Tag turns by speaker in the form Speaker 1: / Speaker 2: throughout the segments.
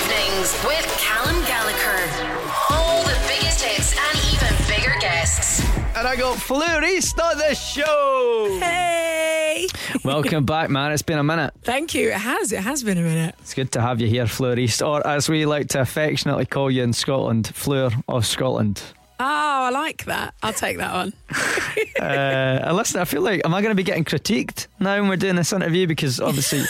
Speaker 1: Breakfast with Callum Gallagher. All the biggest hits and even bigger guests.
Speaker 2: And I go, Fleury, start the show.
Speaker 3: Hey!
Speaker 2: Welcome back, man. It's been a minute.
Speaker 3: Thank you. It has. It has been a minute.
Speaker 2: It's good to have you here, Fleur East, or as we like to affectionately call you in Scotland, Fleur of Scotland.
Speaker 3: Oh, I like that. I'll take that one.
Speaker 2: Uh, and listen, I feel like, am I going to be getting critiqued now when we're doing this interview? Because obviously,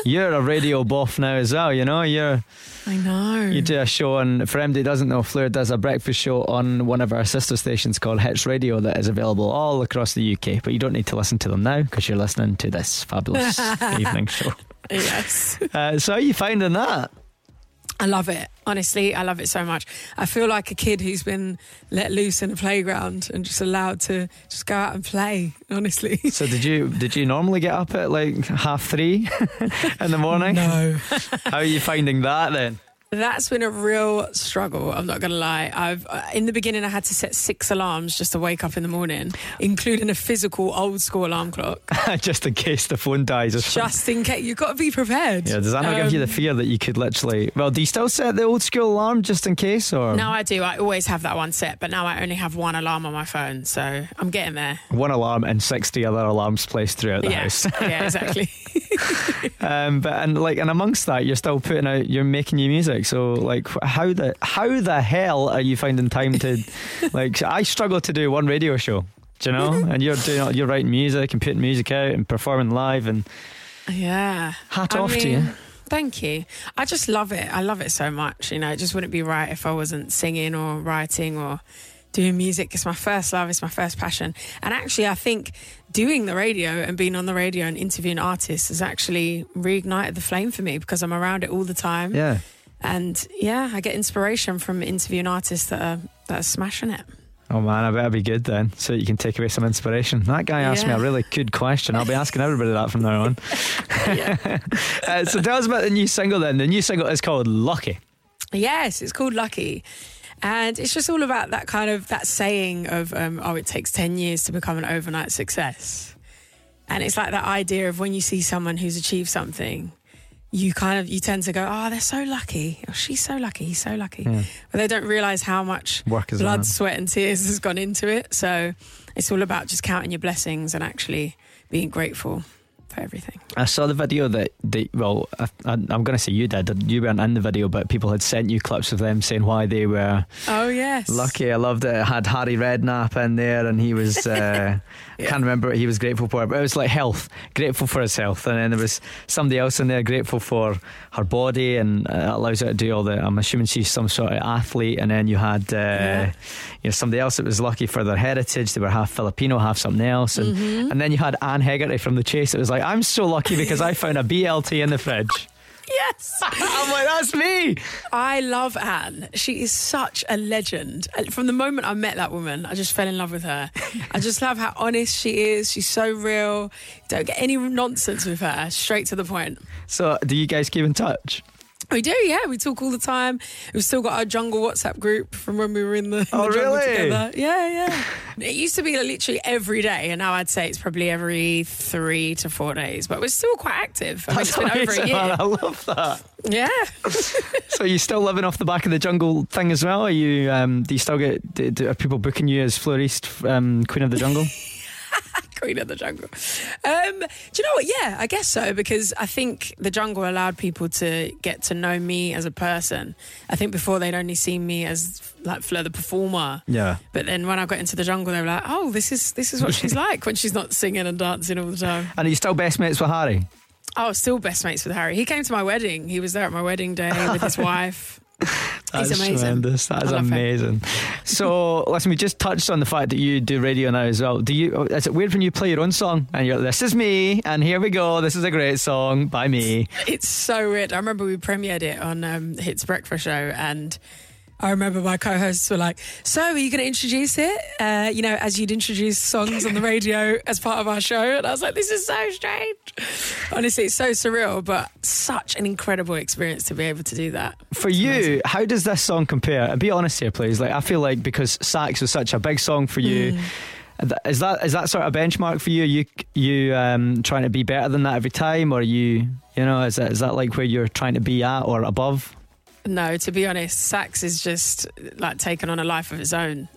Speaker 2: you're a radio boff now as well. You know, you're
Speaker 3: I know.
Speaker 2: you do a show on. For MD doesn't know, Fleur does a breakfast show on one of our sister stations called Hits Radio that is available all across the UK. But you don't need to listen to them now because you're listening to this fabulous evening show.
Speaker 3: Yes.
Speaker 2: Uh, so, how are you finding that?
Speaker 3: I love it. Honestly, I love it so much. I feel like a kid who's been let loose in a playground and just allowed to just go out and play, honestly.
Speaker 2: So did you did you normally get up at like half three in the morning?
Speaker 3: No.
Speaker 2: How are you finding that then?
Speaker 3: That's been a real struggle. I'm not going to lie. I've uh, in the beginning I had to set six alarms just to wake up in the morning, including a physical old school alarm clock,
Speaker 2: Just in case the phone dies. Or something.
Speaker 3: just um, in case. You've got to be prepared.
Speaker 2: yeah, does that not give you the fear that you could literally? Well, do you still set the old school alarm just in case, or
Speaker 3: Now I do. I always have that one set, but now I only have one alarm on my phone, so I'm getting there.
Speaker 2: one alarm and sixty other alarms placed throughout the
Speaker 3: yeah,
Speaker 2: house?
Speaker 3: yeah, exactly.
Speaker 2: Um, but and like and amongst that, you're still putting out, you're making your music. So like, wh- how the how the hell are you finding time to? like, I struggle to do one radio show. Do you know? And you're doing, you're writing music and putting music out and performing live and
Speaker 3: yeah.
Speaker 2: Hat off to you.
Speaker 3: Thank you. I just love it. I love it so much. You know, it just wouldn't be right if I wasn't singing or writing or doing music. It's my first love. It's my first passion. And actually, I think doing the radio and being on the radio and interviewing artists has actually reignited the flame for me because I'm around it all the time.
Speaker 2: yeah.
Speaker 3: And yeah, I get inspiration from interviewing artists that are that are smashing it.
Speaker 2: Oh man, I better be good then, so you can take away some inspiration. That guy asked me a
Speaker 3: Yeah.
Speaker 2: really good question. I'll be asking everybody that from now on. uh, so tell us about the new single then. The new single is called Lucky.
Speaker 3: Yes, it's called Lucky. And it's just all about that kind of that saying of um, oh, it takes ten years to become an overnight success. And it's like that idea of when you see someone who's achieved something, you kind of you tend to go, oh, they're so lucky, or she's so lucky, he's so lucky,
Speaker 2: Hmm.
Speaker 3: but they don't realize how much
Speaker 2: Work is on
Speaker 3: blood,
Speaker 2: it.
Speaker 3: sweat, and tears has gone into it. So it's all about just counting your blessings and actually being grateful for everything.
Speaker 2: I saw the video that they, well, I, I, I'm going to say you did. You weren't in the video, but people had sent you clips of them saying why they were
Speaker 3: Oh yes,
Speaker 2: lucky. I loved it. It had Harry Redknapp in there, and he was, uh, I can't remember what he was grateful for, but it was like health, grateful for his health. And then there was somebody else in there grateful for her body, and uh, that allows her to do all the, I'm assuming she's some sort of athlete. And then you had, uh,
Speaker 3: Yeah.
Speaker 2: you know, somebody else that was lucky for their heritage. They were half Filipino, half something else. And,
Speaker 3: Mm-hmm.
Speaker 2: and then you had Anne Hegarty from The Chase. It was like, I'm so lucky because I found a BLT in the fridge.
Speaker 3: Yes.
Speaker 2: I'm like, that's me.
Speaker 3: I love Anne. She is such a legend. And From the moment I met that woman, I just fell in love with her. I just love how honest she is. She's so real. Don't get any nonsense with her. Straight to the point.
Speaker 2: So, do you guys keep in touch?
Speaker 3: We do, yeah. We talk all the time. We've still got our jungle WhatsApp group from when we were in the, in
Speaker 2: Oh,
Speaker 3: the jungle
Speaker 2: really?
Speaker 3: together. Yeah, yeah. It used to be like literally every day, and now I'd say it's probably every three to four days. But we're still quite active. I mean, it's been over a
Speaker 2: amazing,
Speaker 3: year.
Speaker 2: man. I love that.
Speaker 3: Yeah.
Speaker 2: So you still living off the back of the jungle thing as well? Are you? Um, do you still get? Do, do, are people booking you as florist, um, queen of the jungle?
Speaker 3: Queen of the Jungle. Um, do you know what? Yeah, I guess so because I think the jungle allowed people to get to know me as a person. I think before they'd only seen me as like Fleur the performer.
Speaker 2: Yeah.
Speaker 3: But then when I got into the jungle, they were like, "Oh, this is this is what she's like when she's not singing and dancing all the time."
Speaker 2: And are you still best mates with Harry?
Speaker 3: Oh, still best mates with Harry. He came to my wedding. He was there at my wedding day with his wife. He's amazing.
Speaker 2: tremendous. That is
Speaker 3: I love him.
Speaker 2: amazing. so listen, we just touched on the fact that you do radio now as well. Do you? Is it weird when you play your own song and you're? like, This is me, and here we go. This is a great song by me.
Speaker 3: It's so weird. I remember we premiered it on um, Hits Breakfast Show, and I remember my co-hosts were like, "So, are you going to introduce it? Uh, you know, as you'd introduce songs on the radio as part of our show?" And I was like, "This is so strange." Honestly, it's so surreal, but such an incredible experience to be able to do that.
Speaker 2: For you, how does this song compare? And be honest here, please. Like I feel like because Sax was such a big song for you, th- is that is that sort of benchmark for you? You you um, trying to be better than that every time, or you you know is that is that like where you're trying to be at or above?
Speaker 3: No, to be honest, sax is just like taken on a life of its own.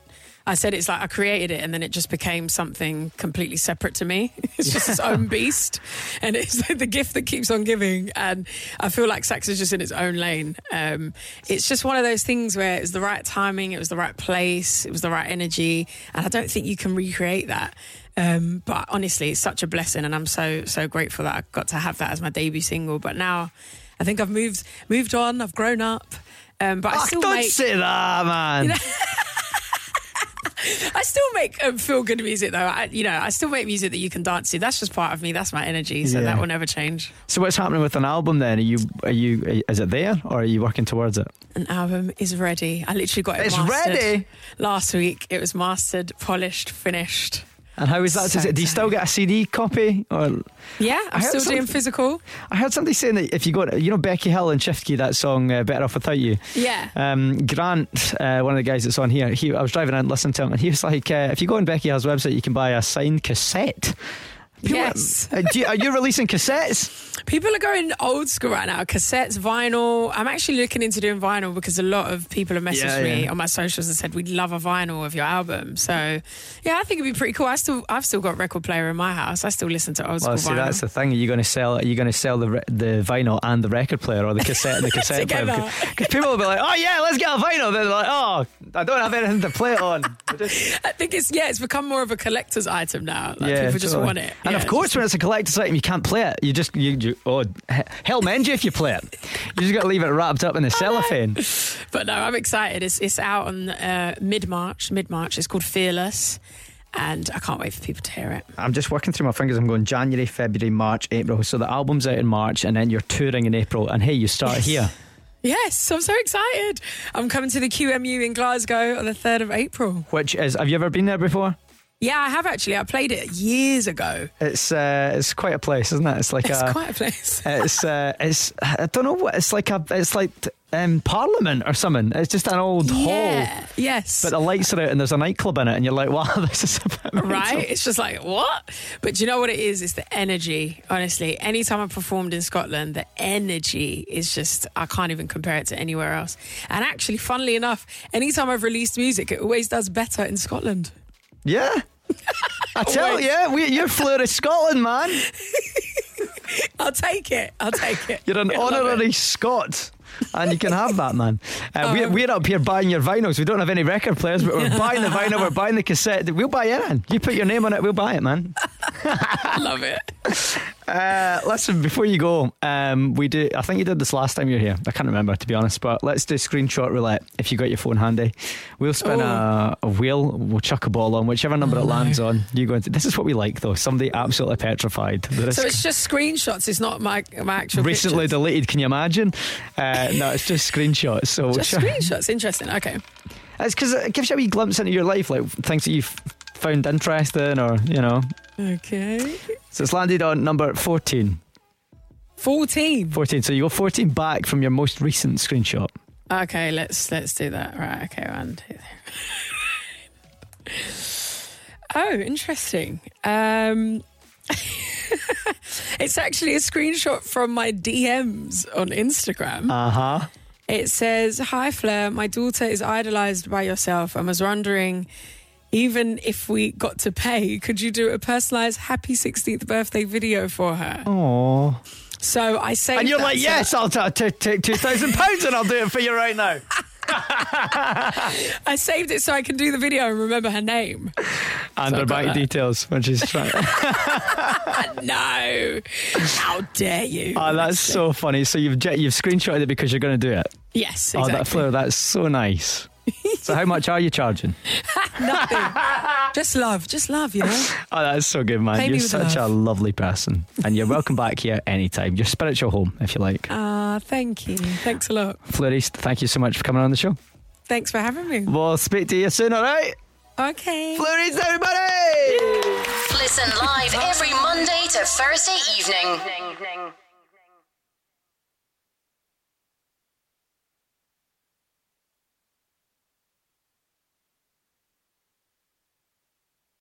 Speaker 3: I said it's like I created it and then it just became something completely separate to me. It's just its own beast and it's the gift that keeps on giving. And I feel like sax is just in its own lane. Um, it's just one of those things where it was the right timing, it was the right place, it was the right energy. And I don't think you can recreate that. Um, but honestly, it's such a blessing, and I'm so so grateful that I got to have that as my debut single. But now, I think I've moved moved on. I've grown up, um, but I
Speaker 2: Oh,
Speaker 3: still
Speaker 2: don't
Speaker 3: make
Speaker 2: say that, man.
Speaker 3: I still make um, feel good music though. I, you know, I still make music that you can dance to. That's just part of me. That's my energy. So
Speaker 2: Yeah.
Speaker 3: that will never change.
Speaker 2: so what's happening with an album then? Are you are you is it there or are you working towards it?
Speaker 3: An album is ready. I literally got it.
Speaker 2: It's
Speaker 3: mastered
Speaker 2: ready?
Speaker 3: Last week, it was mastered, polished, finished.
Speaker 2: And how is that?
Speaker 3: So
Speaker 2: Is it- do you still get a CD copy? Or
Speaker 3: Yeah,
Speaker 2: I
Speaker 3: I'm
Speaker 2: heard
Speaker 3: still doing
Speaker 2: something-
Speaker 3: physical.
Speaker 2: I heard somebody saying that if you got you know Becky Hill and Shiftky that song uh, Better Off Without You.
Speaker 3: Yeah.
Speaker 2: Um, Grant, uh, one of the guys that's on here, he, I was driving and listening to him, and he was like, uh, "If you go on Becky Hill's website, you can buy a signed cassette."
Speaker 3: Yes.
Speaker 2: uh, do you, are you releasing cassettes?
Speaker 3: People are going old school right now. Cassettes, vinyl. I'm actually looking into doing vinyl because a lot of people have messaged
Speaker 2: Yeah,
Speaker 3: me
Speaker 2: yeah.
Speaker 3: on my socials and said we'd love a vinyl of your album. So yeah, I think it'd be pretty cool. I still I've still got record player in my house. I still listen to old
Speaker 2: Well, see,
Speaker 3: school vinyl.
Speaker 2: that's the thing. Are you going to sell? Are you going to sell the re- the vinyl and the record player, or the cassette and the cassette player?
Speaker 3: Together.
Speaker 2: Because people will be like, "Oh yeah, let's get a vinyl." Then they're like, "Oh, I don't have anything to play it on."
Speaker 3: I think it's yeah, it's become more of a collector's item now. Like people just
Speaker 2: totally.
Speaker 3: want it.
Speaker 2: And
Speaker 3: Yeah,
Speaker 2: of
Speaker 3: it's
Speaker 2: course, when it's a collector's item, you can't play it. You just you, you oh he- hell mend you if you play it. You just got to leave it wrapped up in the cellophane.
Speaker 3: just- but no, I'm excited. It's it's out on uh, mid March. Mid March. It's called Fearless, and I can't wait for people to hear it.
Speaker 2: I'm just working through my fingers. I'm going January, February, March, April. So the album's out in March, and then you're touring in April. And hey, you start here.
Speaker 3: Yes, I'm so excited. I'm coming to the QMU in Glasgow on the 3rd of April.
Speaker 2: Which is, have you ever been there before?
Speaker 3: Yeah, I have actually. I played it years ago.
Speaker 2: It's uh, it's quite a place, isn't it? It's like
Speaker 3: It's
Speaker 2: a,
Speaker 3: quite a place.
Speaker 2: it's uh, it's I don't know what it's like a it's like um, Parliament or something. It's just an old hall,
Speaker 3: Yeah. Yes.
Speaker 2: but the lights are out and there's a nightclub in it, and you're like, wow, this is a bit mental.
Speaker 3: right? It's just like, what? But do you know what it is? It's the energy, honestly. Anytime I performed in Scotland, the energy is just, I can't even compare it to anywhere else. And actually, funnily enough, anytime I've released music, it always does better in Scotland.
Speaker 2: Yeah. I tell you, yeah, we, you're Fleur of Scotland, man.
Speaker 3: I'll take it. I'll take it.
Speaker 2: You're an
Speaker 3: I love it.
Speaker 2: honorary Scot. And you can have that, man. Uh, we're,
Speaker 3: Um,
Speaker 2: we're up here buying your vinyls. We don't have any record players, but we're buying the vinyl, we're buying the cassette. We'll buy it. You put your name on it, we'll buy it, man.
Speaker 3: I love it.
Speaker 2: Uh, listen, before you go, um, we do. I think you did this last time you were here. I can't remember to be honest, but let's do screenshot roulette. If you got your phone handy, we'll spin a, a wheel. We'll chuck a ball on whichever number it lands on. You go into this is what we like though. Somebody absolutely petrified. There is
Speaker 3: So it's just screenshots. It's not my, my actual
Speaker 2: recently
Speaker 3: pictures.
Speaker 2: deleted. Can you imagine? Uh, no, it's just screenshots. So we'll
Speaker 3: Just
Speaker 2: chuck-
Speaker 3: screenshots. Interesting. Okay.
Speaker 2: it's because it gives you a wee glimpse into your life, like things that you've found interesting, or you know.
Speaker 3: Okay.
Speaker 2: So it's landed on number 14.
Speaker 3: 14.
Speaker 2: 14. So you go 14 back from your most recent screenshot.
Speaker 3: Okay, let's let's do that. Right. Okay. One, two, three. oh, interesting. Um, it's actually a screenshot from my DMs on Instagram.
Speaker 2: Uh huh.
Speaker 3: It says, Hi Fleur, my daughter is idolized by yourself and was wondering, even if we got to pay, could you do a personalized happy 16th birthday video for her?
Speaker 2: Oh.
Speaker 3: So I say,
Speaker 2: And you're like, yes, I'll ta- ta- take two thousand pounds and I'll do it for you right now.
Speaker 3: I saved it so I can do the video and remember her name.
Speaker 2: And
Speaker 3: So
Speaker 2: her
Speaker 3: I got
Speaker 2: bank
Speaker 3: that.
Speaker 2: details when she's trying.
Speaker 3: no, how dare you?
Speaker 2: oh, that's so funny. So you've jet, you've screenshotted it because you're going to do it.
Speaker 3: yes,
Speaker 2: Oh, that
Speaker 3: exactly.
Speaker 2: Fleur, that's so nice. so how much are you charging?
Speaker 3: just love, just love, you know.
Speaker 2: Oh, that's so good, man.
Speaker 3: Pay me
Speaker 2: you're
Speaker 3: with
Speaker 2: such
Speaker 3: love.
Speaker 2: a lovely person, and you're welcome back here anytime. Your spiritual home, if you like.
Speaker 3: Ah, thank you. Thanks a lot.
Speaker 2: Fleur East, thank you so much for coming on the show.
Speaker 3: Thanks for having me.
Speaker 2: We'll speak to you soon. All right,
Speaker 3: Okay.
Speaker 2: Fleur East, everybody.
Speaker 1: Listen live every Monday to Thursday evening.